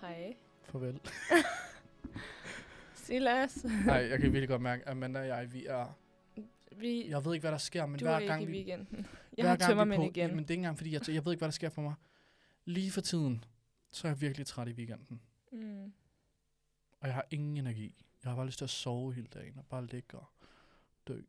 Hej. Farvel. Silas. Nej, jeg kan virkelig godt mærke, at Amanda og jeg, vi er... Vi, Jeg ved ikke, hvad der sker, men du er hver ikke gang i vi... weekenden. hver Jeg har gang vi tømmermænd på- igen. Jamen, det er ikke engang, fordi jeg, jeg ved ikke, hvad der sker for mig. Lige for tiden, så er jeg virkelig træt i weekenden. Mm. Og jeg har ingen energi. Jeg har bare lyst til at sove hele dagen og bare ligge og dø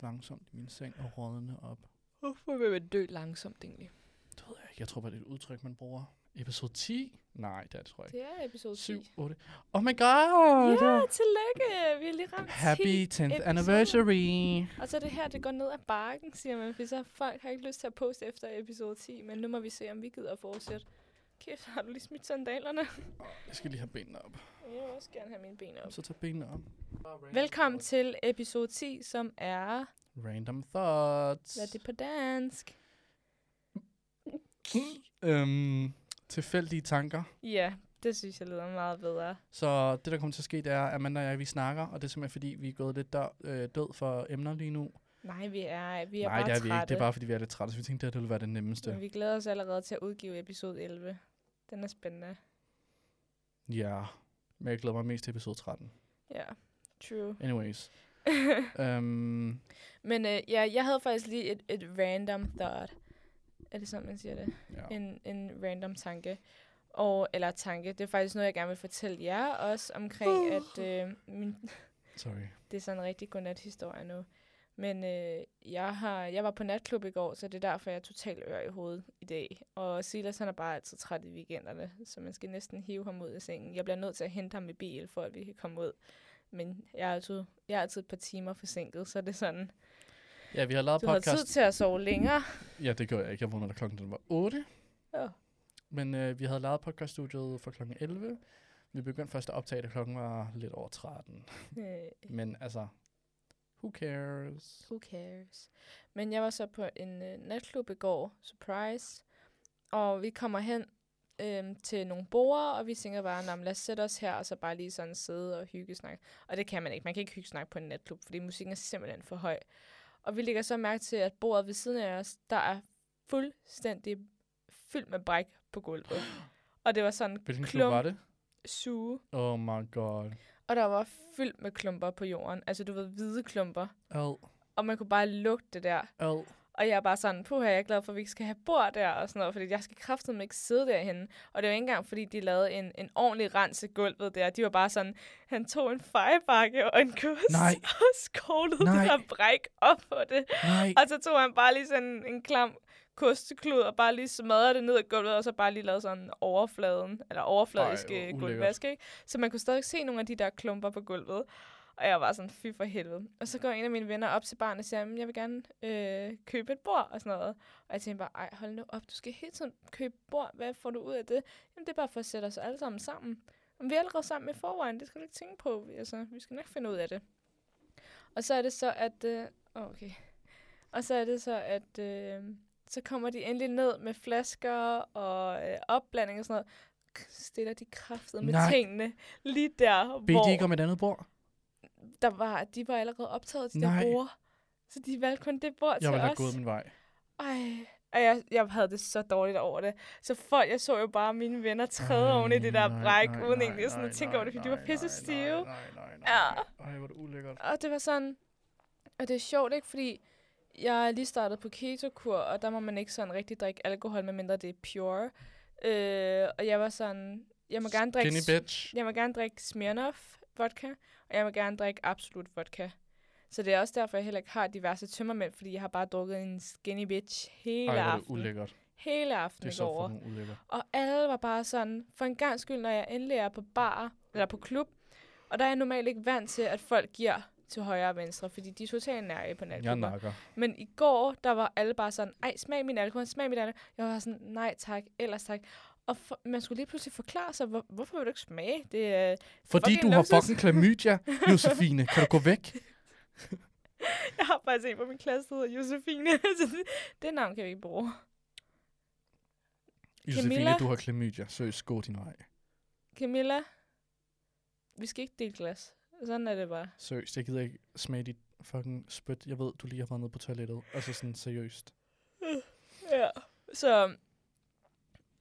langsomt i min seng og rådne op. Hvorfor vil man dø langsomt egentlig? Det ved jeg ikke. Jeg tror bare, det er et udtryk, man bruger. Episode 10? Nej, det er det, tror jeg ikke. Det er episode 10. 7, 8. Oh my god! Ja, tillykke! Vi har lige ramt 10. Happy 10th episoder. anniversary! Og så er det her, det går ned ad bakken, siger man, for så folk har ikke lyst til at poste efter episode 10, men nu må vi se, om vi gider at fortsætte. Kæft, har du lige smidt sandalerne? Jeg skal lige have benene op. Jeg vil også gerne have mine ben op. Så tag benene op. Velkommen til episode 10, som er... Random thoughts. Hvad er det på dansk? øhm, tilfældige tanker. Ja, det synes jeg lyder meget bedre. Så det, der kommer til at ske, det er, at Amanda og jeg, vi snakker, og det er simpelthen, fordi vi er gået lidt der, øh, død for emner lige nu. Nej, vi er, vi er Nej, bare det er vi trætte. ikke. Det er bare, fordi vi er lidt trætte, så vi tænkte, det her, det ville være det nemmeste. Men vi glæder os allerede til at udgive episode 11. Den er spændende. Ja, men jeg glæder mig mest til episode 13. Ja, true. Anyways. øhm, Men øh, ja, jeg havde faktisk lige et, et random thought. Er det sådan, man siger det? ja. En, en random tanke. Og, eller tanke. Det er faktisk noget, jeg gerne vil fortælle jer også Uh. omkring, at øh, min, Sorry. det er sådan en rigtig godnat-historie nu. Men øh, jeg, har, jeg var på natklub i går, så det er derfor, jeg er totalt ør i hovedet i dag. Og Silas han er bare altid træt i weekenderne, så man skal næsten hive ham ud af sengen. Jeg bliver nødt til at hente ham i bil, for at vi kan komme ud. Men jeg er altid, jeg er altid et par timer forsinket, så det er sådan. Ja, vi har lavet Du har tid podcast. til at sove længere. Ja, det gjorde jeg ikke. Jeg vågnede, da klokken den var 8. Ja. Men øh, vi havde lavet podcaststudiet fra klokken 11. Vi begyndte først at optage, da klokken var lidt over 13. Øh, Men altså, who cares? Who cares? Men jeg var så på en øh, natklub i går, surprise, og vi kommer hen øhm, til nogle borer, og vi tænker bare, "Nå, men lad os sætte os her, og så bare lige sådan sidde og hygge snakke. Og det kan man ikke. Man kan ikke hygge snakke på en natklub, fordi musikken er simpelthen for høj. Og vi lægger så mærke til, at bordet ved siden af os, der er fuldstændig fyldt med bræk på gulvet. Og det var sådan Hvilken en klub var klump det? suge, Oh my god. og der var fyldt med klumper på jorden. Altså, du ved, hvide klumper. Ad, Og man kunne bare lugte det der. ad. Og jeg er bare sådan, puha, jeg er glad for, at vi ikke skal have bord der og sådan noget, fordi jeg skal kraftedeme ikke sidde derhen. Og det var ikke engang, fordi de lavede en, en ordentlig rens i gulvet der. De var bare sådan, han tog en fejebakke og en kus Nej. og skovlede Nej. det her bræk op på det. Nej. Og så tog han bare lige sådan en klam kosteklud og bare lige smadrede det ned ad gulvet, og så bare lige lavede sådan overfladen, eller overfladisk Ej, øh, hvor ulækkert. gulvvask, ikke? Så man kunne stadig se nogle af de der klumper på gulvet. Og jeg var sådan, fy for helvede. Og så går en af mine venner op til barnet og siger, "Jamen, jeg vil gerne øh, købe et bord og sådan noget. Og jeg tænkte bare, ej, hold nu op, du skal hele tiden købe bord. Hvad får du ud af det? Jamen, det er bare for at sætte os alle sammen sammen. Om vi er allerede sammen i forvejen, det skal du ikke tænke på. Altså, vi skal nok finde ud af det. Og så er det så, at... Øh, åh, okay. Og så er det så, at... Øh, så kommer de endelig ned med flasker og øh, opblanding og sådan noget. K- Stiller de kraftet med Nej. tingene lige der, Bedte I hvor ikke om et andet bord? der var, de var allerede optaget til Nej. det bord. Så de valgte kun det bord Jeg til ville have os. gået min vej. Ej, og jeg, jeg havde det så dårligt over det. Så folk, jeg så jo bare mine venner træde Ej, oven i det der nej, bræk, nej, uden nej, egentlig sådan nej, at tænke nej, over det, fordi de var nej, pisse stive. Nej, nej, nej, nej. Ja. Ej, hvor er det ulækkert. Og det var sådan... Og det er sjovt, ikke? Fordi jeg er lige startet på ketokur, og der må man ikke sådan rigtig drikke alkohol, medmindre det er pure. Øh, og jeg var sådan... Jeg må gerne drikke... Skinny bitch. Jeg må gerne drikke Smirnoff vodka, og jeg må gerne drikke absolut vodka. Så det er også derfor, jeg heller ikke har diverse tømmermænd, fordi jeg har bare drukket en skinny bitch hele Ej, hvor er det aftenen. ulækkert. Hele Det aftenen er i så går. fucking ulækkert. Og alle var bare sådan, for en gang skyld, når jeg endelig er på bar, eller på klub, og der er jeg normalt ikke vant til, at folk giver til højre og venstre, fordi de er totalt nærige på Jeg natklubber. nakker. Men i går, der var alle bare sådan, ej, smag min alkohol, smag min alkohol. Jeg var sådan, nej tak, ellers tak. Og for, man skulle lige pludselig forklare sig, hvor, hvorfor vil du ikke smage? Det øh? er Fordi Fucking du har luksus. fucking klamydia, Josefine. Kan du gå væk? Jeg har faktisk en på min klasse, der hedder Josefine. Så det- det navn kan vi ikke bruge. Josefine, Camilla? du har klamydia. Seriøst, gå din vej. Camilla, vi skal ikke dele glas. Sådan er det bare. Seriøst, jeg gider ikke smage dit fucking spyt. Jeg ved, du lige har været nede på toilettet. Altså sådan seriøst. Ja. Så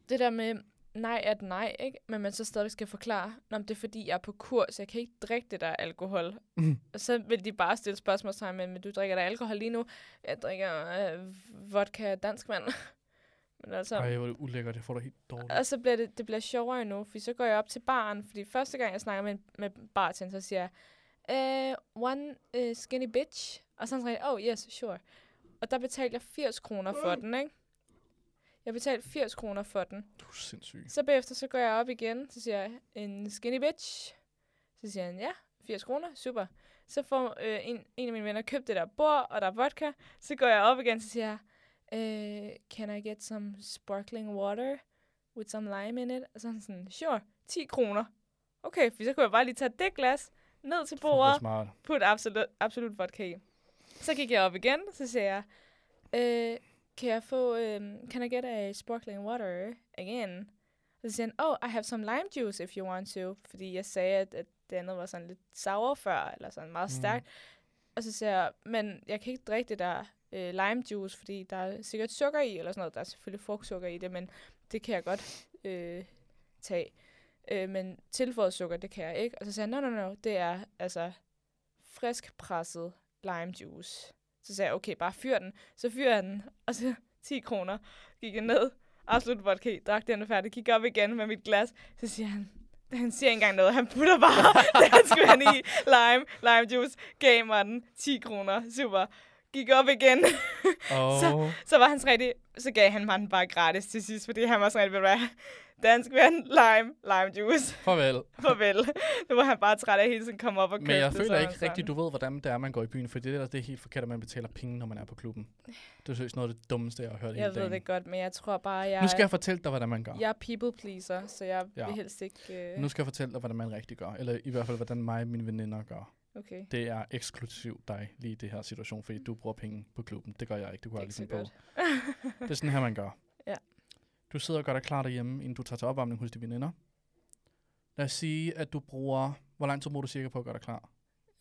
det der med, nej er et nej, ikke? Men man så stadig skal forklare, om det er fordi, jeg er på kurs, jeg kan ikke drikke det der alkohol. Mhm. Og så vil de bare stille spørgsmålstegn med, men du drikker der alkohol lige nu? Jeg drikker øh, vodka dansk vand. men altså, Ej, hvor er det ulækkert. Jeg får det helt dårligt. og så bliver det, det bliver sjovere endnu, for så går jeg op til baren, fordi første gang, jeg snakker med, en- med bartender, så siger jeg, uh, one uh, skinny bitch, og så siger jeg, oh yes, sure. Og der betalte jeg 80 kroner for den, ikke? Jeg betalte 80 kroner for den. Du er sindssyg. Så bagefter, så går jeg op igen, så siger jeg, en skinny bitch. Så siger han, ja, 80 kroner, super. Så får øh, en, en af mine venner købt det der bord, og der er vodka. Så går jeg op igen, så siger jeg, øh, can I get some sparkling water with some lime in it? Og så er han sådan, sure, 10 kroner. Okay, for så kunne jeg bare lige tage det glas ned til Fuck, hvor bordet, smart. putte absolut, absolut vodka i. Så gik jeg op igen, så siger jeg, øh, kan jeg få, øhm, can I get a sparkling water again? Og så siger han, oh, I have some lime juice if you want to. Fordi jeg sagde, at, at det andet var sådan lidt sour før, eller sådan meget Mm. stærkt. Og så siger jeg, men jeg kan ikke drikke det der øh, lime juice, fordi der er sikkert sukker i, eller sådan noget. Der er selvfølgelig frugtsukker i det, men det kan jeg godt øh, tage. Øh, men tilføjet sukker, det kan jeg ikke. Og så siger han, no, no, no, det er altså frisk presset lime juice. Så sagde jeg, okay, bare fyr den. Så fyrer jeg den, og så 10 kroner. Gik jeg ned, absolut vodka, i, drak den er færdig, gik op igen med mit glas. Så siger han, han siger ikke engang noget, han putter bare dansk vand i, lime, lime juice, gav mig den, 10 kroner, super. Gik op igen, Oh, Så- så var han sådan rigtig, så gav han mig den bare gratis til sidst, fordi han var sådan rigtig, ved du hvad, dansk vand, lime, lime juice, farvel. farvel. Nu var han bare træt af at hele tiden komme op og købe Men jeg det, føler så ikke var han rigtigt, du ved, hvordan det er, man går i byen, for det er, det er helt forkert, at man betaler penge, når man er på klubben. Det er seriøst noget af det dummeste, jeg har hørt sådan, i Jeg hele ved dagen. det godt, men jeg tror bare, jeg, Nu skal jeg fortælle dig, hvordan man gør. jeg er people pleaser, så jeg Ja. vil helst ikke... øh, Nu skal jeg fortælle dig, hvordan man rigtig gør. Eller i hvert fald, hvordan mig og mine veninder gør. Okay. Det er eksklusivt dig lige i det her situation, fordi du bruger penge på klubben. Det gør jeg ikke. Du ligesom Det gør er ikke ikke så sådan på. godt. Det er sådan her, man gør. Ja. Du sidder og gør dig klar derhjemme, inden du tager til opvarmning hos dine veninder. Lad os sige, at du bruger... Hvor lang tid bruger du cirka på at gøre dig klar?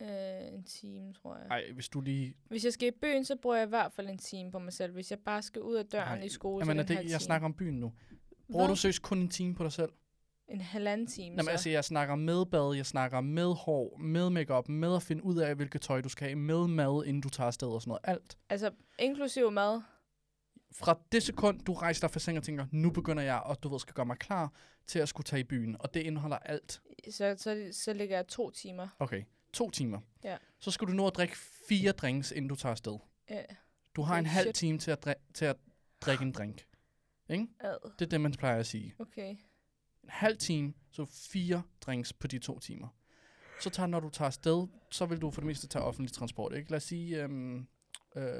Øh, en time, tror jeg. Nej, hvis du lige... Hvis jeg skal i byen, så bruger jeg i hvert fald en time på mig selv. Hvis jeg bare skal ud af døren Ej, i skole, Jamen, så er er det en halv det, jeg time. snakker om byen nu. Bruger Hvad? du søs kun en time på dig selv? En halvanden time, Jamen, så. altså, jeg snakker med bad, jeg snakker med hår, med makeup, med at finde ud af, hvilket tøj du skal have, med mad, inden du tager afsted og sådan noget. Alt. altså, inklusiv mad. fra det sekund, du rejser dig fra sengen og tænker, nu begynder jeg, og du ved, skal gøre mig klar til at skulle tage i byen. Og det indeholder alt. Så, så, så ligger jeg to timer. Okay, to timer. Ja. Så skal du nå at drikke fire drinks, inden du tager afsted. Ja. Du har en Holy halv shit. time til at, dri- til at drikke en drink. Ad. Det er det, man plejer at sige. Okay. En halv time, så fire drinks på de to timer. Så tager, når du tager afsted, så vil du for det meste tage offentlig transport. Ikke? Lad os sige, øhm, øh,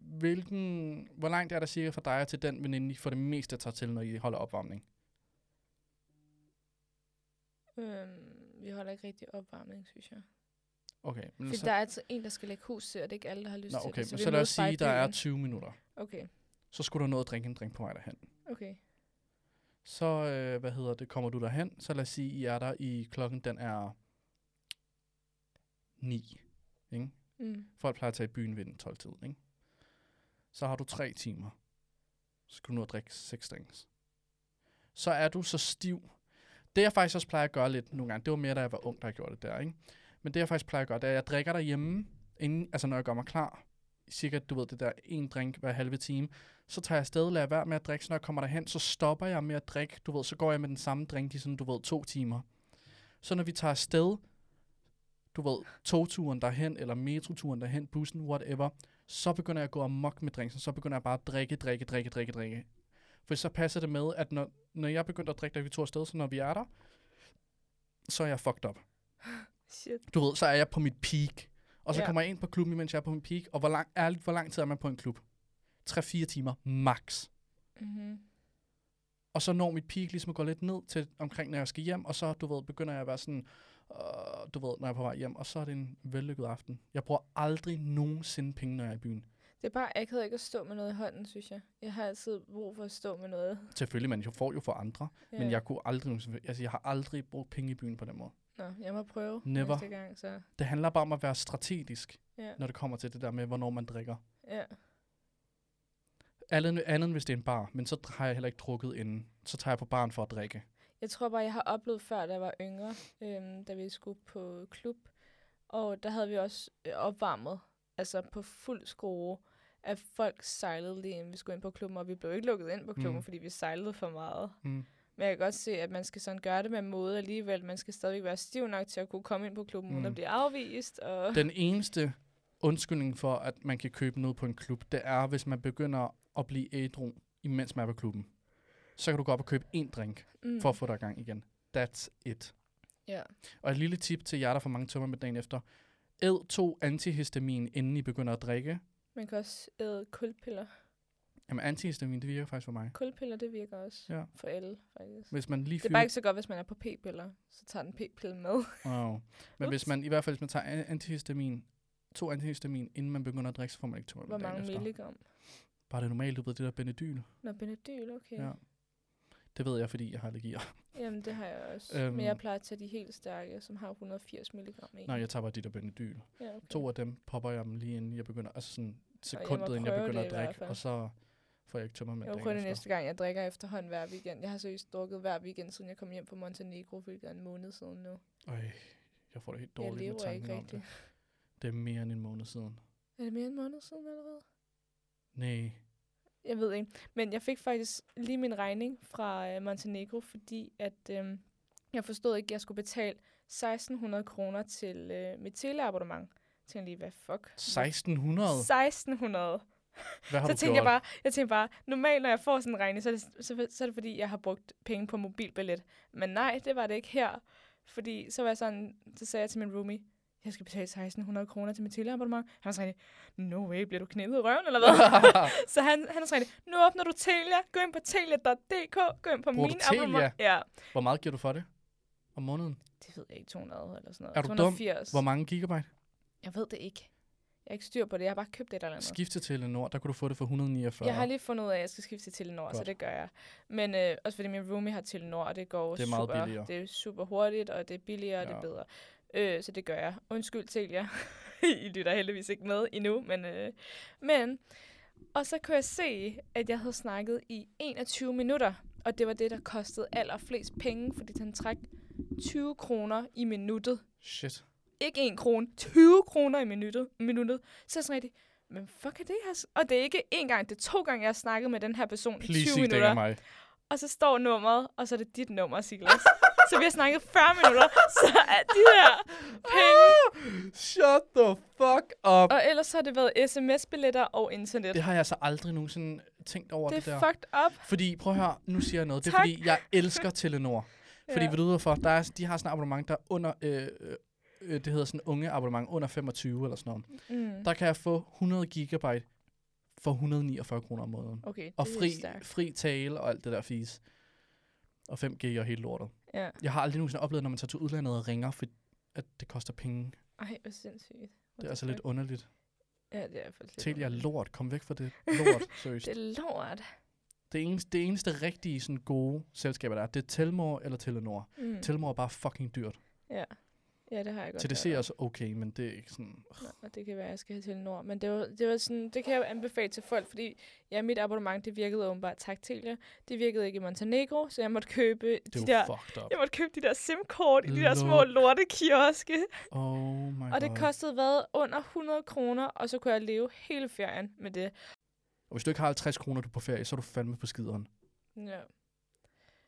hvilken, hvor langt er der cirka fra dig og til den veninde, I for det meste tager til, når I holder opvarmning? Øhm, vi holder ikke rigtig opvarmning, synes jeg. Okay, men Fordi der er altid en, der skal lægge hus til, og det er ikke alle, der har lyst Nå, til okay, det. men vi så lad os mødes bare i sige, der er byen. 20 minutter. Okay, Så skulle du nå at drikke en drink på vej derhen. okay. Så, øh, hvad hedder det, kommer du derhen, så lad os sige, I er der i klokken, den er 9. Ikke? Mm. Folk plejer at tage i byen ved den 12 tid, ikke? Så har du 3 timer. Så skal du nå at drikke 6 drinks. Så er du så stiv. Det jeg faktisk også plejer at gøre lidt nogle gange, det var mere, da jeg var ung, der jeg gjorde det der, ikke? Men det jeg faktisk plejer at gøre, det er, at jeg drikker derhjemme, inden, altså når jeg gør mig klar, cirka, du ved, det der en drink hver halve time, så tager jeg afsted, lader være med at drikke, så når jeg kommer derhen, så stopper jeg med at drikke, du ved, så går jeg med den samme drink i sådan, du ved, to timer. Så når vi tager afsted, du ved, togturen derhen, eller metroturen derhen, bussen, whatever, så begynder jeg at gå amok med drinksen, så begynder jeg bare at drikke, drikke, drikke, drikke, drikke. For så passer det med, at når, når jeg begynder at drikke, da vi tog afsted, så når vi er der, så er jeg fucked up Shit. du ved, så er jeg på mit peak. Og så Ja. ja. kommer jeg ind på klubben, imens jeg er på min peak. Og hvor lang, ærligt, hvor lang tid er man på en klub? 3-4 timer max. Mm-hmm. Og så når mit peak ligesom at gå lidt ned til omkring, når jeg skal hjem. Og så, du ved, begynder jeg at være sådan, øh, du ved, når jeg er på vej hjem. Og så er det en vellykket aften. Jeg bruger aldrig nogensinde penge, når jeg er i byen. Det er bare akavet ikke at stå med noget i hånden, synes jeg. Jeg har altid brug for at stå med noget. Selvfølgelig, man får jo for andre. Ja. Men jeg kunne aldrig nogensinde, altså jeg har aldrig brugt penge i byen på den måde. Nå, jeg må prøve Never. næste gang, så... Det handler bare om at være strategisk, Ja, når det kommer til det der med, hvornår man drikker. ja. Andet, andet end hvis det er en bar, men så har jeg heller ikke drukket inden. Så tager jeg på baren for at drikke. Jeg tror bare, jeg har oplevet før, da jeg var yngre, øhm, da vi skulle på klub. Og der havde vi også øh, opvarmet, altså på fuld skrue, at folk sejlede lige inden vi skulle ind på klubben, og vi blev ikke lukket ind på klubben, Mm. mm. fordi vi sejlede for meget. Mm. Men jeg kan godt se, at man skal sådan gøre det med måde alligevel. Man skal stadigvæk være stiv nok til at kunne komme ind på klubben, mm. uden Mm. at blive afvist. Og... Den eneste undskyldning for, at man kan købe noget på en klub, det er, hvis man begynder at blive ædru, imens man er på klubben. Så kan du gå op og købe en drink, Mm. for at få dig i gang igen. That's it. Ja. Og et lille tip til jer, der får mange tømmer med dagen efter. Æd to antihistamin, inden I begynder at drikke. Man kan også æde kulpiller. Jamen, antihistamin, det virker faktisk for mig. Kulpiller, det virker også Ja. for alle, faktisk. Hvis man lige Det er fyrer... bare ikke så godt, hvis man er på p-piller. Så tager den p-pille med. Wow. Men hvis Ups. man, i hvert fald, hvis man tager an- antihistamin, to antihistamin, inden man begynder at drikke, så får man ikke tømmer Hvor med dagen mange efter. milligram? Bare det normalt, du ved, det der Benedyl. Nå, Benedyl, okay. Ja. Det ved jeg, fordi jeg har allergier. Jamen, det har jeg også. Øhm. Øhm. Men jeg plejer at tage de helt stærke, som har 180 milligram i. Nej, jeg tager bare de der Benedyl. ja, okay. To af dem popper jeg dem lige inden jeg begynder, altså sådan jeg må sekundet, inden jeg prøve begynder det at i hvert drikke, fald. og så får jeg ikke tømmer Jeg med dagen vil prøve det efter. næste gang, jeg drikker efterhånden hver weekend. Jeg har seriøst drukket hver weekend, siden jeg kom hjem fra Montenegro, hvilket er en måned siden nu. Øj, jeg får det helt jeg dårligt med lever tanken ikke om rigtigt. det. Det er mere end en måned siden. Er det mere end en måned siden allerede? Nej. Jeg ved ikke. Men jeg fik faktisk lige min regning fra øh, Montenegro, fordi at øh, jeg forstod ikke, at jeg skulle betale 1600 kroner til øh, mit teleabonnement. Jeg tænkte lige, hvad fuck? 1600? 1600. Hvad har Så du tænkte gjort? jeg bare, jeg tænkte bare, normalt når jeg får sådan en regning, så er, det, så, så er det fordi, jeg har brugt penge på mobilbillet. Men nej, det var det ikke her. Fordi så var jeg sådan, så sagde jeg til min roomie, jeg skal betale 1600 kroner til mit teleabonnement. Han var sådan, rigtig, no way, bliver du knippet i røven eller hvad? Så han, han er sådan, lidt, nu åbner du Telia, gå ind på telia.dk, gå ind på Bruger du min Telia? abonnement. Ja, Hvor meget giver du for det? Om måneden? det ved jeg ikke, 200 eller sådan noget. Er du dum? 280. Hvor mange gigabyte? Jeg ved det ikke. Jeg har ikke styr på det, jeg har bare købt et eller andet. Skift til Telenor, der kunne du få det for 149. Jeg har lige fundet ud af, at jeg skal skifte til Telenor, så Godt. det gør jeg. Men øh, også fordi min roomie har Telenor, og det går Det er super, meget billigere. Det er super hurtigt, og det er billigere, og det Ja. er bedre. Øh, så det gør jeg. Undskyld, Telia. I lytter heldigvis ikke med endnu, men... Øh, men og så kunne jeg se, at jeg havde snakket i 21 minutter, og det var det, der kostede allerflest penge, fordi han trak 20 kroner i minuttet Shit. ikke 1 krone, 20 kroner i minuttet. minuttet. Så er jeg sådan rigtig, men fuck er det her? Og det er ikke én gang, det er to gange, jeg har snakket med den her person i Please 20 ikke dænge minutter. mig. Og så står nummeret, og så er det dit nummer, Silas. så vi har snakket 40 minutter, så er de her penge. Ah! Shut the fuck up. Og ellers så har det været sms-billetter og internet. Det Det, har jeg så aldrig nogensinde tænkt over det, det er der. fucked up. Fordi, prøv at høre, nu siger jeg noget. Det er Tak. fordi, jeg elsker Telenor. Fordi, Ja. ved du hvorfor? Der er, de har sådan et abonnement, der er under... Øh, øh, øh, det hedder sådan unge abonnement, under 25 eller sådan noget. Mm. Der kan jeg få 100 gigabyte for 149 kroner om måneden. Okay, Og det er fri, stærkt. fri tale og alt det der fis. Og 5G og hele lortet. Ja. Jeg har aldrig nogensinde oplevet, når man tager til udlandet og ringer, for at det koster penge. Det Ej, hvor sindssygt. What er the altså lidt fuck? underligt. Ja, det er faktisk Telia er underligt. lort. Kom væk fra det. Lort, seriøst. Det er lort. Det eneste, det eneste rigtige sådan gode selskaber, der er, det er Telmor eller Telenor. Mm. Mm. Telmor er bare fucking dyrt. Ja. ja, det har jeg godt hørt TDC om. er også okay, men det er ikke sådan... Nå, og det kan være, at jeg skal have Telenor. Men det, var, det, var sådan, det kan jeg anbefale til folk, fordi ja, mit abonnement, det virkede åbenbart tak Telia. Det virkede ikke i Montenegro, så jeg måtte købe Det er de jo der... fucked up. Jeg måtte købe de der SIM-kort i de der små Lort. lortekioske. Oh my Og god. det kostede hvad? Under 100 kroner, og så kunne jeg leve hele ferien med det. Og hvis du ikke har 50 kroner, du er på ferie, så er du fandme på skideren. Ja, Kan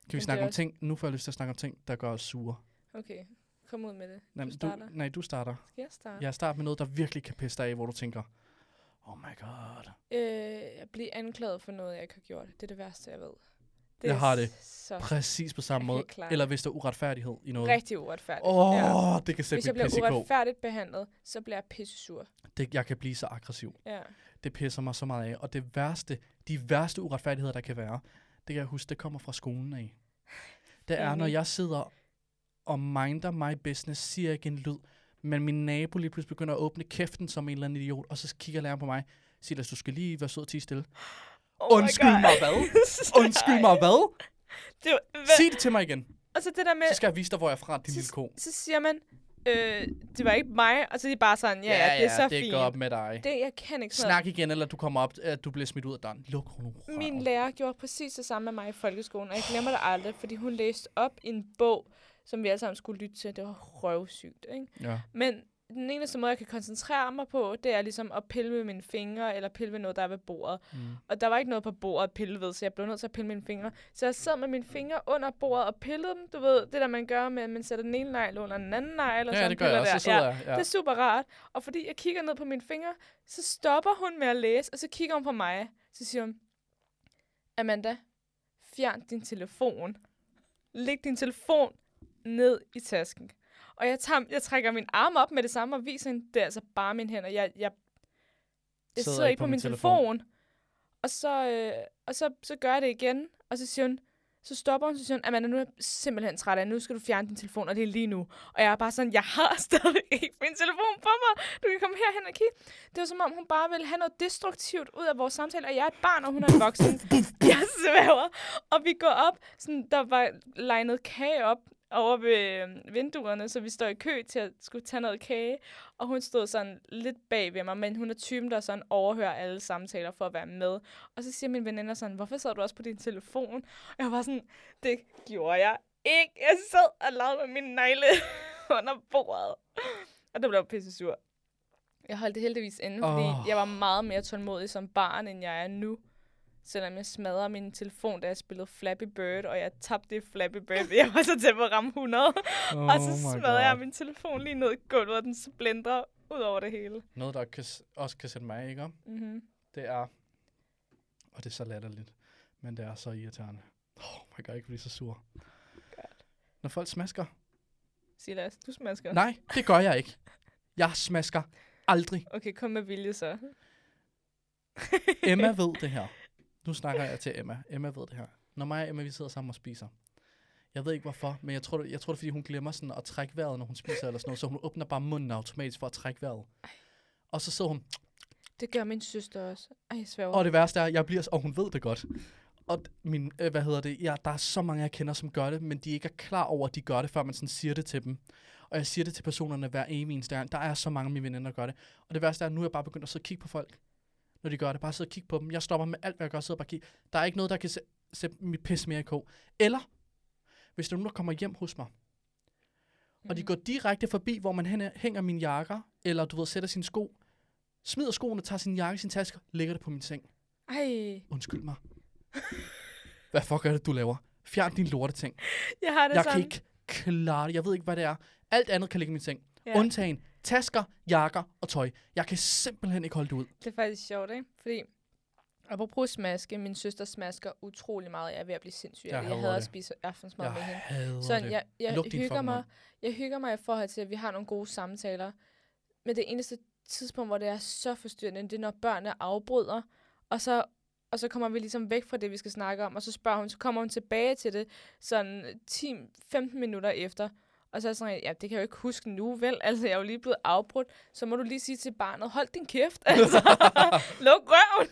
vi Men snakke det er om også- ting? Nu får jeg lyst til at snakke om ting, der gør os sure. okay. Kom ud med det. Nej, Du starter. Du, nej, du starter. Skal jeg starte? Jeg starter med noget, der virkelig kan pisse dig af, hvor du tænker, oh my god. Øh, at blive anklaget for noget, jeg ikke har gjort. Det er det værste, jeg ved. Jeg er har det. Så Præcis på samme Jeg kan måde. ikke klare Eller hvis der er uretfærdighed i noget. rigtig uretfærdigt. Åh, Ja. oh, det kan Hvis jeg sætte mig bliver pisse i kog. uretfærdigt behandlet, så bliver jeg pisse sur. Det, jeg kan blive så aggressiv. Ja. Det pisser mig så meget af. Og det værste, de værste uretfærdigheder, der kan være, det kan jeg huske, det kommer fra skolen af. Det er, når Enig. jeg sidder og minder my business, siger ikke en lyd, men min nabo lige pludselig begynder at åbne kæften som en eller anden idiot, og så kigger læreren på mig, siger, du skal lige være sød og tige stille. Oh my Undskyld God. mig hvad? Undskyld mig hvad? Det var, hvad? Sig det til mig igen. Og så det der med, Så skal jeg vise dig, hvor jeg er fra, din så, lille ko. så siger man, øh, det var ikke mig, og så er de bare sådan, ja, ja, det er så det fint. går op med dig. Det, jeg kan ikke sådan noget. Snak igen, eller du kommer op, at du bliver smidt ud af døren. Luk nu. røven. Min lærer gjorde præcis det samme med mig i folkeskolen, og jeg glemmer det aldrig, fordi hun læste op i en bog, som vi alle sammen skulle lytte til. Det var røvsygt, ikke? Ja. Men den eneste måde, jeg kan koncentrere mig på, det er ligesom at pille ved mine fingre, eller pille ved noget, der er ved bordet. Mm. Og der var ikke noget på bordet at pille ved, så jeg blev nødt til at pille mine fingre. Så jeg sad med mine fingre under bordet og pillede dem. Du ved, det der man gør med, at man sætter den ene negl under den anden negl. Og ja, sådan det gør piller jeg også. der. Så sidder jeg. Ja. Ja. Det er super rart. Og fordi jeg kigger ned på mine fingre, så stopper hun med at læse, og så kigger hun på mig. Så siger hun, Amanda, fjern din telefon. Læg din telefon ned i tasken. Og jeg, tager, jeg trækker min arm op med det samme og viser hende, det er altså bare mine hænder. Jeg, jeg, jeg sidder, ikke på, min telefon. telefon. Og, så, øh, og så, så gør jeg det igen, og så siger hun, så stopper hun, så siger hun, Amanda, nu er jeg simpelthen træt af, nu skal du fjerne din telefon, og det er lige nu. Og jeg er bare sådan, jeg har stadig ikke min telefon på mig, du kan komme herhen og kigge. Det var som om, hun bare ville have noget destruktivt ud af vores samtale, og jeg er et barn, og hun er en voksen. Jeg svæver. Og vi går op, sådan, der var legnet kage op over ved øh, vinduerne, så vi står i kø til at skulle tage noget kage. Og hun stod sådan lidt bag ved mig, men hun er typen, der sådan overhører alle samtaler for at være med. Og så siger min veninde sådan, hvorfor sad du også på din telefon? Og jeg var sådan, det gjorde jeg ikke. Jeg sad og lavede med min negle under bordet. Og der blev jeg pisse sur. Jeg holdt det heldigvis inde, fordi Åh. oh. jeg var meget mere tålmodig som barn, end jeg er nu. Selvom jeg smadrede min telefon, da jeg spillede Flappy Bird, og jeg tabte i Flappy Bird, fordi jeg var så tæt på at ramme 100. Oh Og så my smadrer jeg God. min telefon lige ned i gulvet, og den splindrer ud over det hele. Noget, der kan, s- også kan sætte mig ikke om, Mm-hmm. det er... Og det er så latterligt, men det er så irriterende. Oh my god, jeg kan blive så sur. Når folk smasker. Silas, du smasker. Nej, det gør jeg ikke. Jeg smasker aldrig. Okay, kom med vilje så. Emma ved det her. Nu snakker jeg til Emma. Emma ved det her. Når mig og Emma, vi sidder sammen og spiser. Jeg ved ikke hvorfor, men jeg tror, det, jeg tror, det er, fordi hun glemmer sådan at trække vejret, når hun spiser eller sådan noget. Så hun åbner bare munden automatisk for at trække vejret. Og så sidder hun, Det gør min søster også. Ej, jeg sværger. og det værste er, jeg bliver, og hun ved det godt. Og d- min, øh, hvad hedder det, ja, der er så mange, jeg kender, som gør det, men de ikke er klar over, at de gør det, før man sådan siger det til dem. Og jeg siger det til personerne hver evig eneste gang. Der er så mange af mine veninder, der gør det. Og det værste er, at nu er jeg bare begyndt at sidde og kigge på folk, når de gør det. Bare sidde og kigge på dem. Jeg stopper med alt, hvad jeg gør, sidder og bare kigge. Der er ikke noget, der kan sæ- sætte mit pis mere i kog. Eller, hvis der er nogen, der kommer hjem hos mig, og de går direkte forbi, hvor man hænger- hænger mine jakker, eller du ved, sætter sine sko, smider skoene, tager sin jakke, i sin taske, lægger det på min seng Ej, undskyld mig. Hvad fuck er det, du laver? Fjern din lorteting. jeg har det Jeg kan sådan. ikke klare det. Jeg ved ikke, hvad det er. Alt andet kan ligge i min seng. Ja. Ja. Undtagen tasker, jakker og tøj. Jeg kan simpelthen ikke holde det ud. Det er faktisk sjovt, ikke? Fordi, apropos smaske, min søster smasker utrolig meget. Jeg er ved at blive sindssyg. Jeg Jeg, jeg hader hader at det. spise aftensmad Jeg med hende. hader Sådan, det. jeg, jeg, Luk din hygger fucking mig, mund. jeg hygger mig i forhold til, at vi har nogle gode samtaler. Men det eneste tidspunkt, hvor det er så forstyrrende, det er, når børnene afbryder, og så, og så kommer vi ligesom væk fra det, vi skal snakke om, og så spørger hun, så kommer hun tilbage til det, sådan 10-15 minutter efter, og så er jeg sådan, ja, det kan jeg jo ikke huske nu, vel? Altså, jeg er jo lige blevet afbrudt. Så må du lige sige til barnet, hold din kæft, altså. Luk røven.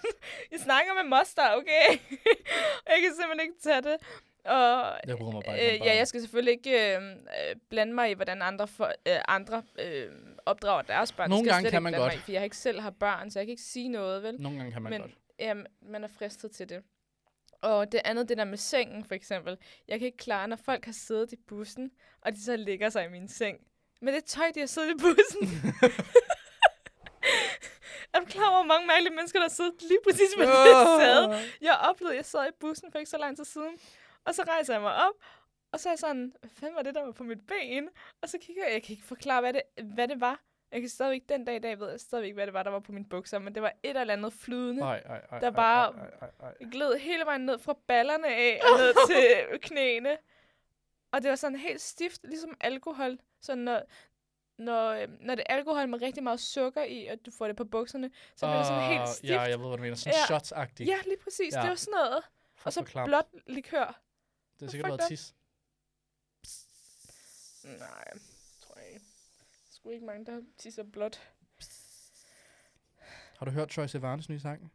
Jeg snakker med moster, okay? jeg kan simpelthen ikke tage det. Og Jeg bryder mig bare ikke Øh, ja, jeg skal selvfølgelig ikke øh, øh, blande mig i, hvordan andre, for, øh, andre øh, opdrager deres børn. Det Nogle skal jeg gange slet kan ikke man blande mig godt. I, fordi jeg ikke selv har børn, så jeg kan ikke sige noget, vel? Nogle gange kan man Men- Men... godt. Jamen, man er fristet til det. Og det andet, det der med sengen, for eksempel. Jeg kan ikke klare, når folk har siddet i bussen, og de så ligger sig i min seng. Men det tøj, de har siddet i bussen. er du klar over, hvor mange mærkelige mennesker, der har siddet lige præcis på det sæde? Jeg oplevede, jeg sad i bussen for ikke så lang tid siden, og så rejser jeg mig op, og så er jeg sådan, hvad fanden var det, der var på mit ben? Og så kigger jeg, jeg kan ikke forklare, hvad det, hvad det var. Jeg kan stadigvæk, den dag i dag ved jeg stadigvæk, hvad det var, der var på mine bukser, men det var et eller andet flydende. Ej, ej, ej, Der ej, bare- ej, ej, ej. Det gled hele vejen ned fra ballerne af og ned til knæene. Og det var sådan helt stift, ligesom alkohol. Så når, når, øh, når det er alkohol med rigtig meget sukker i, og du får det på bukserne, så bliver det sådan helt Åh, stift. Ah, Ja, jeg ved, hvad du mener. Sådan Ja. ja. shots-agtigt. Ja, lige præcis. Ja. Ja. Det var sådan noget. Fuck, Og så hvor klamt. blot likør. Det har Hvor sikkert fuck været da? tis. Nej, tror jeg ikke. Der er Sgu ikke mange, der tisser blot. Har du hørt Troye Sivanes nye sang?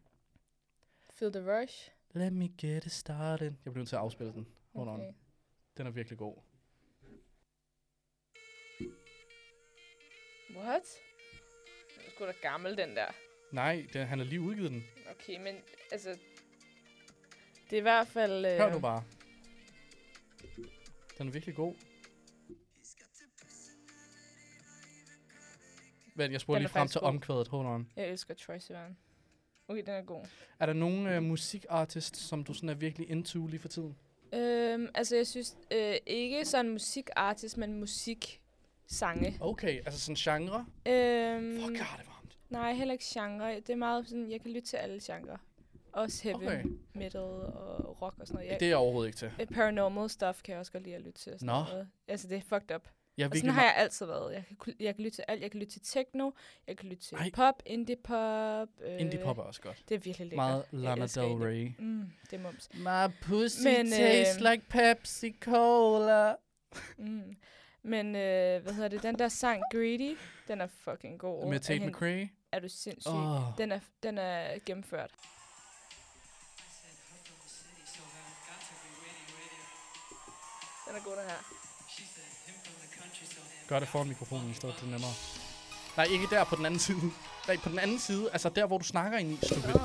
Feel the rush. Let me get it started. Jeg bliver nødt til at afspille den. Hold on. Okay. Den er virkelig god. What? Den er sgu da gammel, den der. Nej, det, han har lige udgivet den. Okay, men altså... Det er i hvert fald... Øh, Hør nu bare. Den er virkelig god. Men jeg spurgte Den er lige frem faktisk til god. omkvædet. Hold on. Jeg elsker Troy Sivan. Okay, den er god. Er der nogen øh, musikartist, som du sådan er virkelig into lige for tiden? Øhm, altså, jeg synes øh, ikke sådan musikartist, men musiksange. Okay, altså sådan genre. Øhm, Fuck, mm. det varmt. Nej, heller ikke genre. Det er meget sådan, jeg kan lytte til alle genrer. Også heavy Okay. okay. metal og rock og sådan noget. Jeg, Det er jeg overhovedet ikke til. det... Paranormal stuff kan jeg også godt lide at lytte til. og Sådan Nå. Noget. Altså, det er fucked up. Jeg er Og sådan virkelig har jeg altid været. Jeg kan, ku- jeg kan lytte til alt. Jeg kan lytte til techno, jeg kan lytte til Ej. Ej. pop, indie pop. Øh, meget... Indie pop er også godt. Det er virkelig lækkert. Meget Jeg Lana elsker Del indie- Rey. Mm, det er mums. My pussy Men, øh, tastes like Pepsi Cola. Mm. Men øh, hvad hedder det? Den der sang Greedy, den er fucking god. Med Er Tate hende- McRae. Er du sindssyg? Åh, oh, Den, er, den er gennemført. Den er god, den her. gør det foran mikrofonen i stedet, det er nemmere. Nej, ikke der på den anden side. Nej, på den anden side. Altså der, hvor du snakker ind i, stupid. Nå.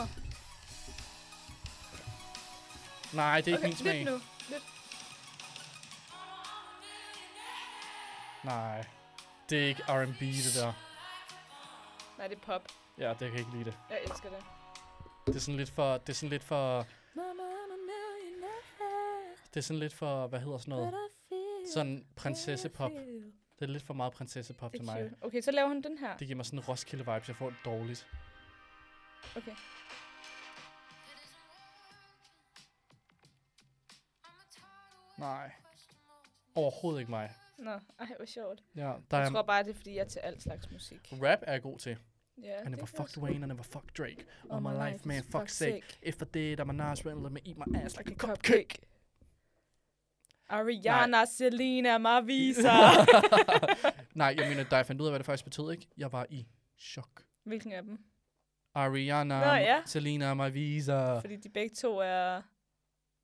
Nej, det er ikke Okay, min smag. lyt nu. Lyt. Nej, det er ikke R&B, det der. Nej, det er pop. Ja, det kan jeg ikke lide det. Jeg elsker det. Det er sådan lidt for... Det er sådan lidt for... Det er sådan lidt for... Hvad hedder sådan noget? Sådan prinsessepop. Det er lidt for meget prinsessepop Det til er mig. cute. Okay, så laver hun den her. Det giver mig sådan en Roskilde-vibes. Jeg får det dårligt. Okay. Nej. Overhovedet ikke mig. Nå, ej, hvor sjovt. Ja, der Jeg er... tror bare, det er, fordi jeg er til alt slags musik. Rap er jeg god til. Ja, I never det kan fucked Wayne, I never fucked Drake. On my life, man, fuck sake. If I did, I'm a Nas Randall, let me eat my ass like a cupcake. Ariana, Selena, Marvisa. Nej, jeg mener, da jeg fandt ud af, hvad det faktisk betød, ikke? Jeg var i chok. Hvilken af dem? Ariana, Nå, ja. Selena, Marvisa. Fordi de begge to er...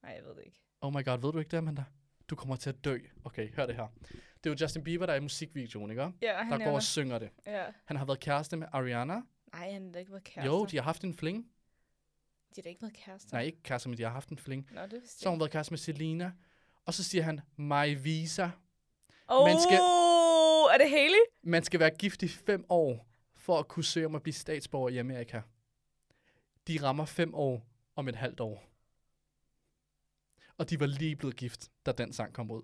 Nej, jeg ved det ikke. Oh my god, ved du ikke det, Amanda? Du kommer til at dø. Okay, hør det her. Det er jo Justin Bieber, der er i musikvideoen, ikke? Ja, han Der går nævner. og synger det. Ja. Han har været kæreste med Ariana. Nej, han har da ikke været kærester. Jo, de har haft en fling. de har da ikke været kærester. Nej, ikke kæreste, men de har haft en fling. Nå, det vidste Så har hun været kæreste med Selena. Og så siger han, my visa. Oh, man skal- er det Haley? Man skal være gift i fem år, for at kunne søge om at blive statsborger i Amerika. De rammer fem år om et halvt år. Og de var lige blevet gift, da den sang kom ud.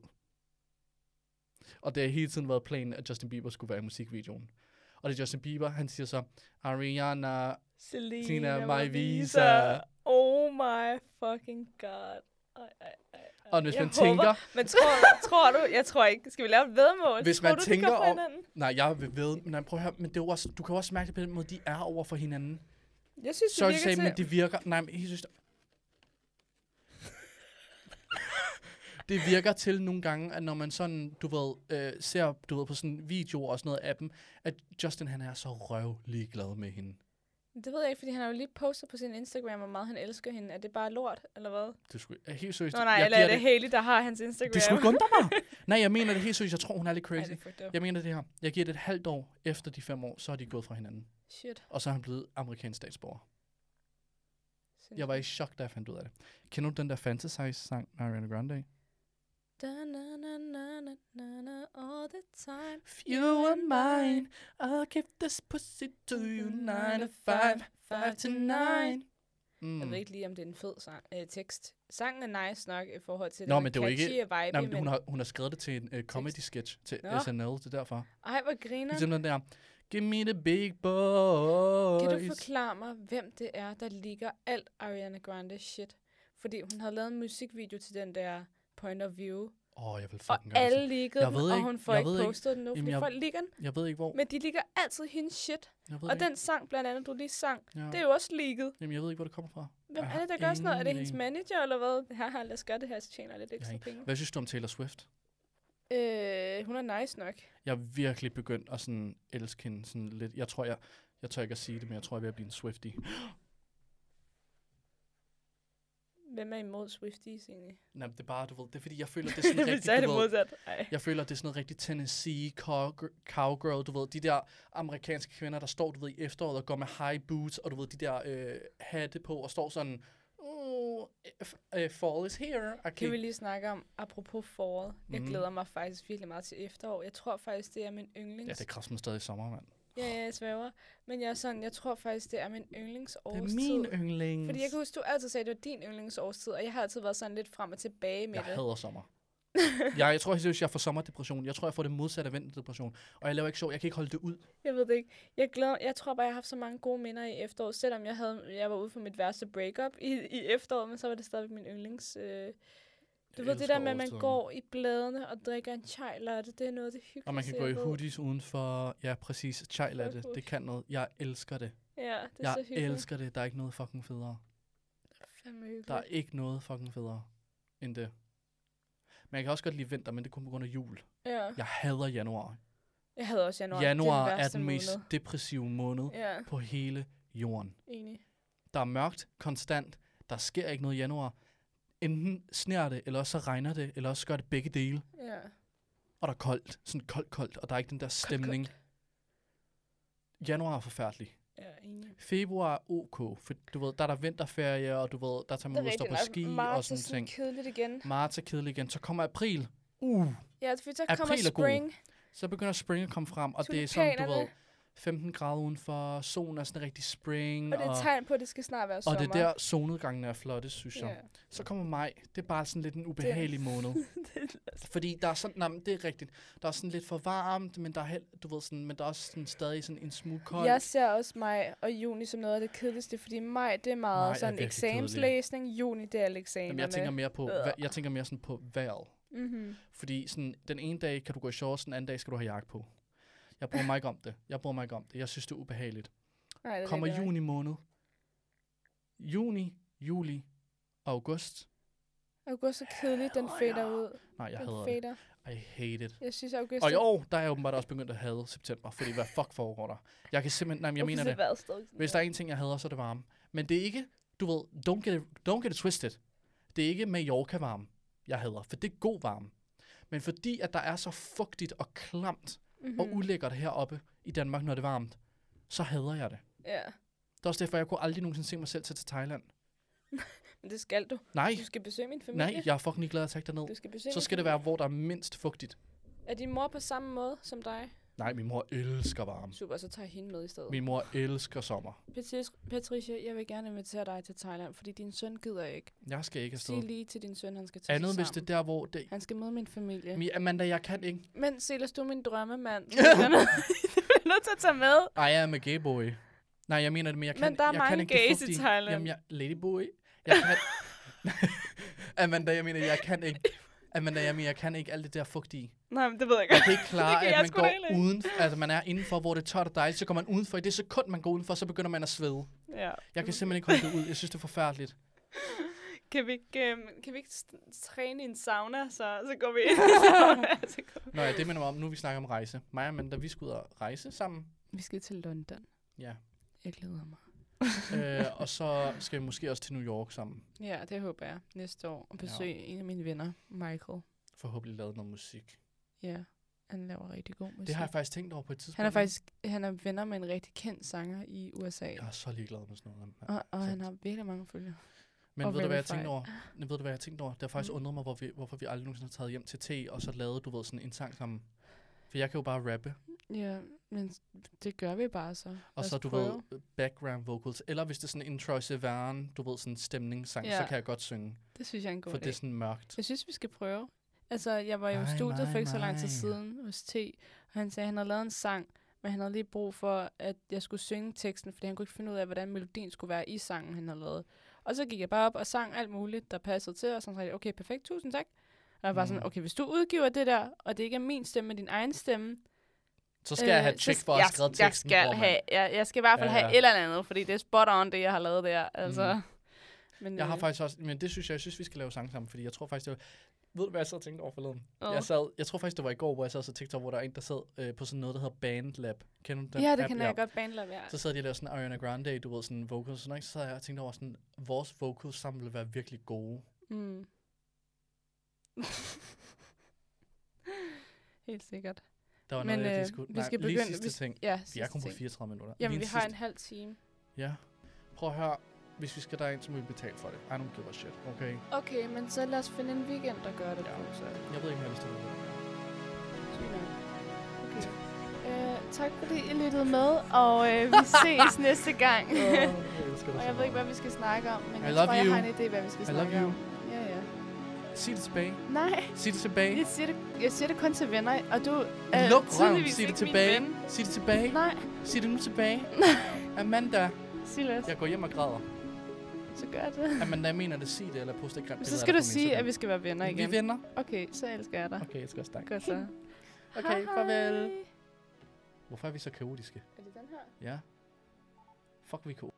Og det har hele tiden været planen, at Justin Bieber skulle være i musikvideoen. Og det er Justin Bieber, han siger så, Ariana, Selena, Selena, my visa. Marvisa. Oh my fucking god. Ej, ej, ej, ej. Og hvis jeg man tænker- Men tror, tror du... Jeg tror ikke. Skal vi lave et vedmål? Hvis tror man du, de tænker går fra om- hinanden? Nej, jeg vil ved, nej, prøv at høre, men det er jo også, du kan jo også mærke det på den måde, de er over for hinanden. Jeg synes, det Sorry virker to say, til... men det virker, nej, men jeg synes, det virker til nogle gange, at når man sådan, du ved, øh, ser du ved, på sådan videoer og sådan noget af dem, at Justin han er så røv ligeglad med hende. Det ved jeg ikke, fordi han har jo lige postet på sin Instagram, hvor meget han elsker hende. Er det bare lort, eller hvad? Det skulle, er helt seriøst. Nå nej, jeg eller giver er det Haley, der har hans Instagram? det skulle ikke undre mig. Nej, jeg mener det helt seriøst. Jeg tror, hun er lidt Ej, crazy. det er fucked up. Jeg mener det her. Jeg giver det et halvt år efter de fem år, så er de gået fra hinanden. Shit. Og så er han blevet amerikansk statsborger. Jeg var i chok, da jeg fandt ud af det. Kender du den der Fantasize-sang med Ariana Grande? Da, na, na, na, na, na, na, all the time. If you are mine, I'll give this pussy to you nine to five, five to nine. Mm. Jeg ved ikke lige, om det er en fed sang, øh, tekst. Sangen er nice nok i forhold til Nå, den men der det er jo ikke- catchy vibe. Nej, men hun, har, hun har skrevet det til en uh, comedy-sketch til Nå. SNL, det er derfor. Ej, hvor griner. Ligesom den der, give me the big boys. Kan du forklare mig, hvem det er, der ligger alt Ariana Grande shit? Fordi hun havde lavet en musikvideo til den der Point of View. Åh, oh, jeg vil Og fucking gøre det. alle liggede Jeg den, ved og ikke- hun får jeg ikke ved ikke- postet den nu, fordi Jamen, jeg- folk ligger den. selv. Jeg ved ikke, hvor. Men de ligger altid hendes shit. Jeg ved Og det den sang, blandt andet, du lige sang, ikke. Ja. det er jo også ligget. Jamen, jeg ved ikke, hvor det kommer fra. Hvem Jeg er det, der har gør sådan noget? Er det ingen hendes idé. manager, eller hvad? Haha, lad os gøre det her, så tjener jeg lidt ekstra ikke- penge. Hvad synes du om Taylor Swift? Øh, hun er nice nok. Jeg er virkelig begyndt at sådan elske hende sådan lidt. Jeg tror, jeg, jeg tør ikke at sige det, men jeg tror, jeg er ved at blive en Swiftie. Hvem er imod Swifties egentlig? Nej, det er bare, du ved, det er fordi, jeg føler, det er sådan Vi sagde rigtig, det du ved, modsat. Ej. jeg føler, det er sådan noget rigtig Tennessee cow- cowgirl, du ved, de der amerikanske kvinder, der står, du ved, i efteråret og går med high boots, og du ved, de der øh, hatte på, og står sådan, oh, f- øh, fall is here. Okay. Kan vi lige snakke om, apropos foråret. Jeg Mhm. glæder mig faktisk virkelig meget til efterår. Jeg tror faktisk, det er min yndlings... Ja, det er kraften stadig sommer, mand. Ja, ja, jeg svæver. Men jeg er sådan, jeg tror faktisk, det er min Det er yndlingsårstid. min yndlings. Fordi jeg kan huske, du altid sagde, at det var din yndlingsårstid, og jeg har altid været sådan lidt frem og tilbage med jeg det. hader sommer. jeg, jeg tror seriøst, jeg får sommerdepression. Jeg tror, jeg får det modsatte af vinterdepression. Og jeg laver ikke sjov. Jeg kan ikke holde det ud. Jeg ved det ikke. Jeg, glæder, jeg tror bare, jeg har haft så mange gode minder i efteråret, selvom jeg, havde, jeg var ude for mit værste breakup i, i efteråret, men så var det stadigvæk min yndlings... Øh, du Jeg ved det der elsker med, at man årstiderne. går i bladene og drikker en chai latte, det er noget af det hyggeligste, Og man kan gå i jeg ved. hoodies udenfor. Ja, præcis. Chai latte. Det kan noget. Jeg elsker det. Ja, det er jeg så hyggeligt. elsker det. Der er ikke noget fucking federe. Fandme hyggeligt. Der er ikke noget fucking federe end det. Men jeg kan også godt lide vinter, men det er kun på grund af jul. Ja. Jeg hader januar. Jeg havde også januar. Januar det er den, er værste den mest måned. depressive måned Ja, på hele jorden. enig. Der er mørkt konstant. Der sker ikke noget i januar. Enten sner det, eller også så regner det, eller også gør det begge dele. Ja. Og der er koldt. Sådan koldt, koldt. Og der er ikke den der stemning. Januar er forfærdelig. Ja, enig. Februar er ok, for du ved, der er der vinterferie, og du ved, der tager man ud og står på ski og sådan sådan ting. kedeligt igen. Marts er kedelig igen. Så kommer april. Uh, Ja, fordi så April kommer er god. spring. så begynder spring at komme frem, og det er sådan, du ved, Tulipanerne. 15 grader udenfor, solen er sådan rigtig spring, Og det er et tegn på, at det skal snart være og sommer. det er der, solnedgangen er flotte, synes jeg. Ja. Så kommer maj. Det er bare sådan lidt en ubehagelig måned. det er Fordi der er sådan, nej, men det er rigtigt. Der er sådan lidt for varmt, men der er, held, du ved, sådan, men der er også sådan, stadig sådan en smule koldt. Jeg ser også maj og juni som noget af det kedeligste, fordi maj, det er meget Maj er maj sådan virkelig eksamenslæsning, juni, det er alle eksamenerne. Jamen, jeg tænker mere på, Øh. hva- jeg tænker mere sådan på vejret. mm-hmm. Fordi sådan, den ene dag kan du gå i shorts, den anden dag skal du have jakke på. Jeg bruger mig ikke om det. Jeg bruger mig ikke om det. Jeg synes, det er ubehageligt. Nej, det er Kommer rigtig nok. juni måned. Juni, juli, august. August er kedelig, den Hader fader jeg. ud. Nej, jeg Den hader det. fader. I hate it. Jeg synes, august Og i år, der er jeg åbenbart også begyndt at hade september, fordi hvad fuck foregår der? Jeg kan simpelthen, nej, men jeg mener det. Hvis der er en ting, jeg hader, så er det varme. Men det er ikke, du ved, don't get it, don't get it twisted. Det er ikke Mallorca-varme, jeg hader, for det er god varme. Men fordi, at der er så fugtigt og klamt mm. og Mhm. ulækkert heroppe i Danmark, når det er varmt, så hader jeg det. Ja, Det er også derfor, jeg kunne aldrig nogensinde se mig selv tage til Thailand. men det skal du. Nej, Du skal besøge min familie. nej, jeg er fucking ligeglad at tage derned. Du skal besøge Så min skal det familie. være, hvor der er mindst fugtigt. Er din mor på samme måde som dig? Nej, min mor elsker varme. Super, så tager jeg hende med i stedet. Min mor elsker sommer. Petris- Patricia, jeg vil gerne invitere dig til Thailand, fordi din søn gider ikke. Jeg skal ikke afsted. Sig lige til din søn, han skal tage Andet, sig hvis det er sammen. der, hvor... Det... Han skal møde min familie. Mi- Amanda, jeg kan ikke. Men Silas, du er min drømmemand. Du bliver nødt- du bliver nødt til at tage med. I am a gay boy. Nej, jeg mener det, men jeg Men kan, der er jeg kan mange ikke det gays i fugtige. Thailand. Jamen, jeg, ladyboy. Jeg kan... Amanda, jeg mener, jeg kan ikke... Amanda, jeg mener, jeg kan ikke alt det der fugtige. Nej, men det ved jeg Jeg godt. kan ikke klare, kan at jeg man sgu da går heller ikke. uden, altså man er indenfor, hvor det er tørt og dejligt, så går man udenfor. I det sekund, man går udenfor, så begynder man at svede. Ja. Jeg kan simpelthen ikke holde det ud. Jeg synes, det er forfærdeligt. Kan vi ikke, øhm, kan vi ikke st- træne i en sauna, så, så går vi ind i sauna. Så går... Nå ja, det minder mig om, nu vi snakker om rejse. Mig og Amanda, vi skal ud og rejse sammen. Vi skal til London. Ja. Jeg glæder mig. øh, og så skal vi måske også til New York sammen. Ja, det håber jeg næste år. Og besøge ja. en af mine venner, Michael. Forhåbentlig lavet noget musik. Ja, han laver rigtig god musik. Det har jeg faktisk tænkt over på et tidspunkt. Han er faktisk han er venner med en rigtig kendt sanger i USA. Ja. Jeg er så ligeglad med sådan noget. mand. Og, og han sandt. har virkelig mange følgere. Men og ved du, hvad jeg verify. tænkte over? Ved du, hvad jeg tænkte over? Det har Mm. faktisk undret mig, hvor vi, hvorfor vi aldrig nogensinde har taget hjem til te, og så lavet, du ved, sådan en sang sammen. For jeg kan jo bare rappe, Ja, men s- det gør vi bare så. og Lad så os du prøve. ved, background vocals. Eller hvis det er sådan en Troye Sivan, du ved, sådan en stemningssang, Ja. så kan jeg godt synge, Det synes jeg er en god for idé. det er sådan mørkt. Jeg synes, vi skal prøve. Altså, jeg var jo i Ej, studiet for nej, ikke så lang tid nej. siden hos T, og han sagde, at han havde lavet en sang, men han havde lige brug for, at jeg skulle synge teksten, fordi han kunne ikke finde ud af, hvordan melodien skulle være i sangen, han havde lavet. Og så gik jeg bare op og sang alt muligt, der passede til, og så sagde jeg, okay, perfekt, tusind tak. Og jeg var sådan, Mm. okay, hvis du udgiver det der, og det ikke er min stemme, men din egen stemme, Så skal øh, jeg have så tjek s- for at jeg, have skrevet jeg teksten. skal bror, mand. have, jeg, jeg skal i hvert fald Ja, ja, ja. ja. have et eller andet, fordi det er spot on, det jeg har lavet der. Altså, mm. Men, Jeg har øh, faktisk også, men det synes jeg, jeg synes, vi skal lave sang sammen, fordi jeg tror faktisk, det var, ved du, hvad jeg sad og tænkte over forleden? Åh. Jeg, sad, jeg tror faktisk, det var i går, hvor jeg sad og så TikTok, hvor der er en, der sad øh, på sådan noget, der hedder Bandlab. Kender du den Ja, det app? kan jeg godt bandlab, ja. Så sad de og lavede sådan Ariana Grande, du ved, sådan vocals, sådan, noget, ikke? så sad jeg og tænkte over sådan, vores vocals sammen ville være virkelig gode. Mm. Helt sikkert. Der var Men, noget, jeg øh, lige skulle... vi Nej, skal lige begynde- sidste vi- ting. Ja, Vi er sidste kun på ting. 34 minutter. Jamen, Lige vi en har en sidste- halv time. Ja. Prøv at høre, hvis vi skal derind, så må vi betale for det. I don't give a shit, okay? Okay, men så lad os finde en weekend, der gør det Ja. på, så. Jeg ved ikke, hvad jeg vil det. Sygt nok. Okay. Øh, tak fordi I lyttede med, og øh, vi ses næste gang. jeg elsker dig og så jeg ved ikke, hvad meget. vi skal snakke om, men I jeg love tror, you. jeg har en idé, hvad vi skal I love snakke you. om. Ja, ja. Sig det tilbage. Nej, Sig det tilbage. jeg siger, det, jeg siger det kun til venner, og du Øh, er Luk røven. tydeligvis Sig det ikke min tilbage. ven. Sig det tilbage. Nej, Sig det nu tilbage. Amanda. Silas, Jeg går hjem og græder. så gør det. Amanda, jeg mener det. Sig det, eller post et grimt Men billede så af skal dig du på min sige, Instagram. at vi skal være venner igen. Vi venner. Okay, så elsker jeg dig. Okay, jeg skal også snakke. Godt så. Okay, farvel. Hvorfor er vi så kaotiske? Er det den her? Ja. Fuck, vi er kaotiske.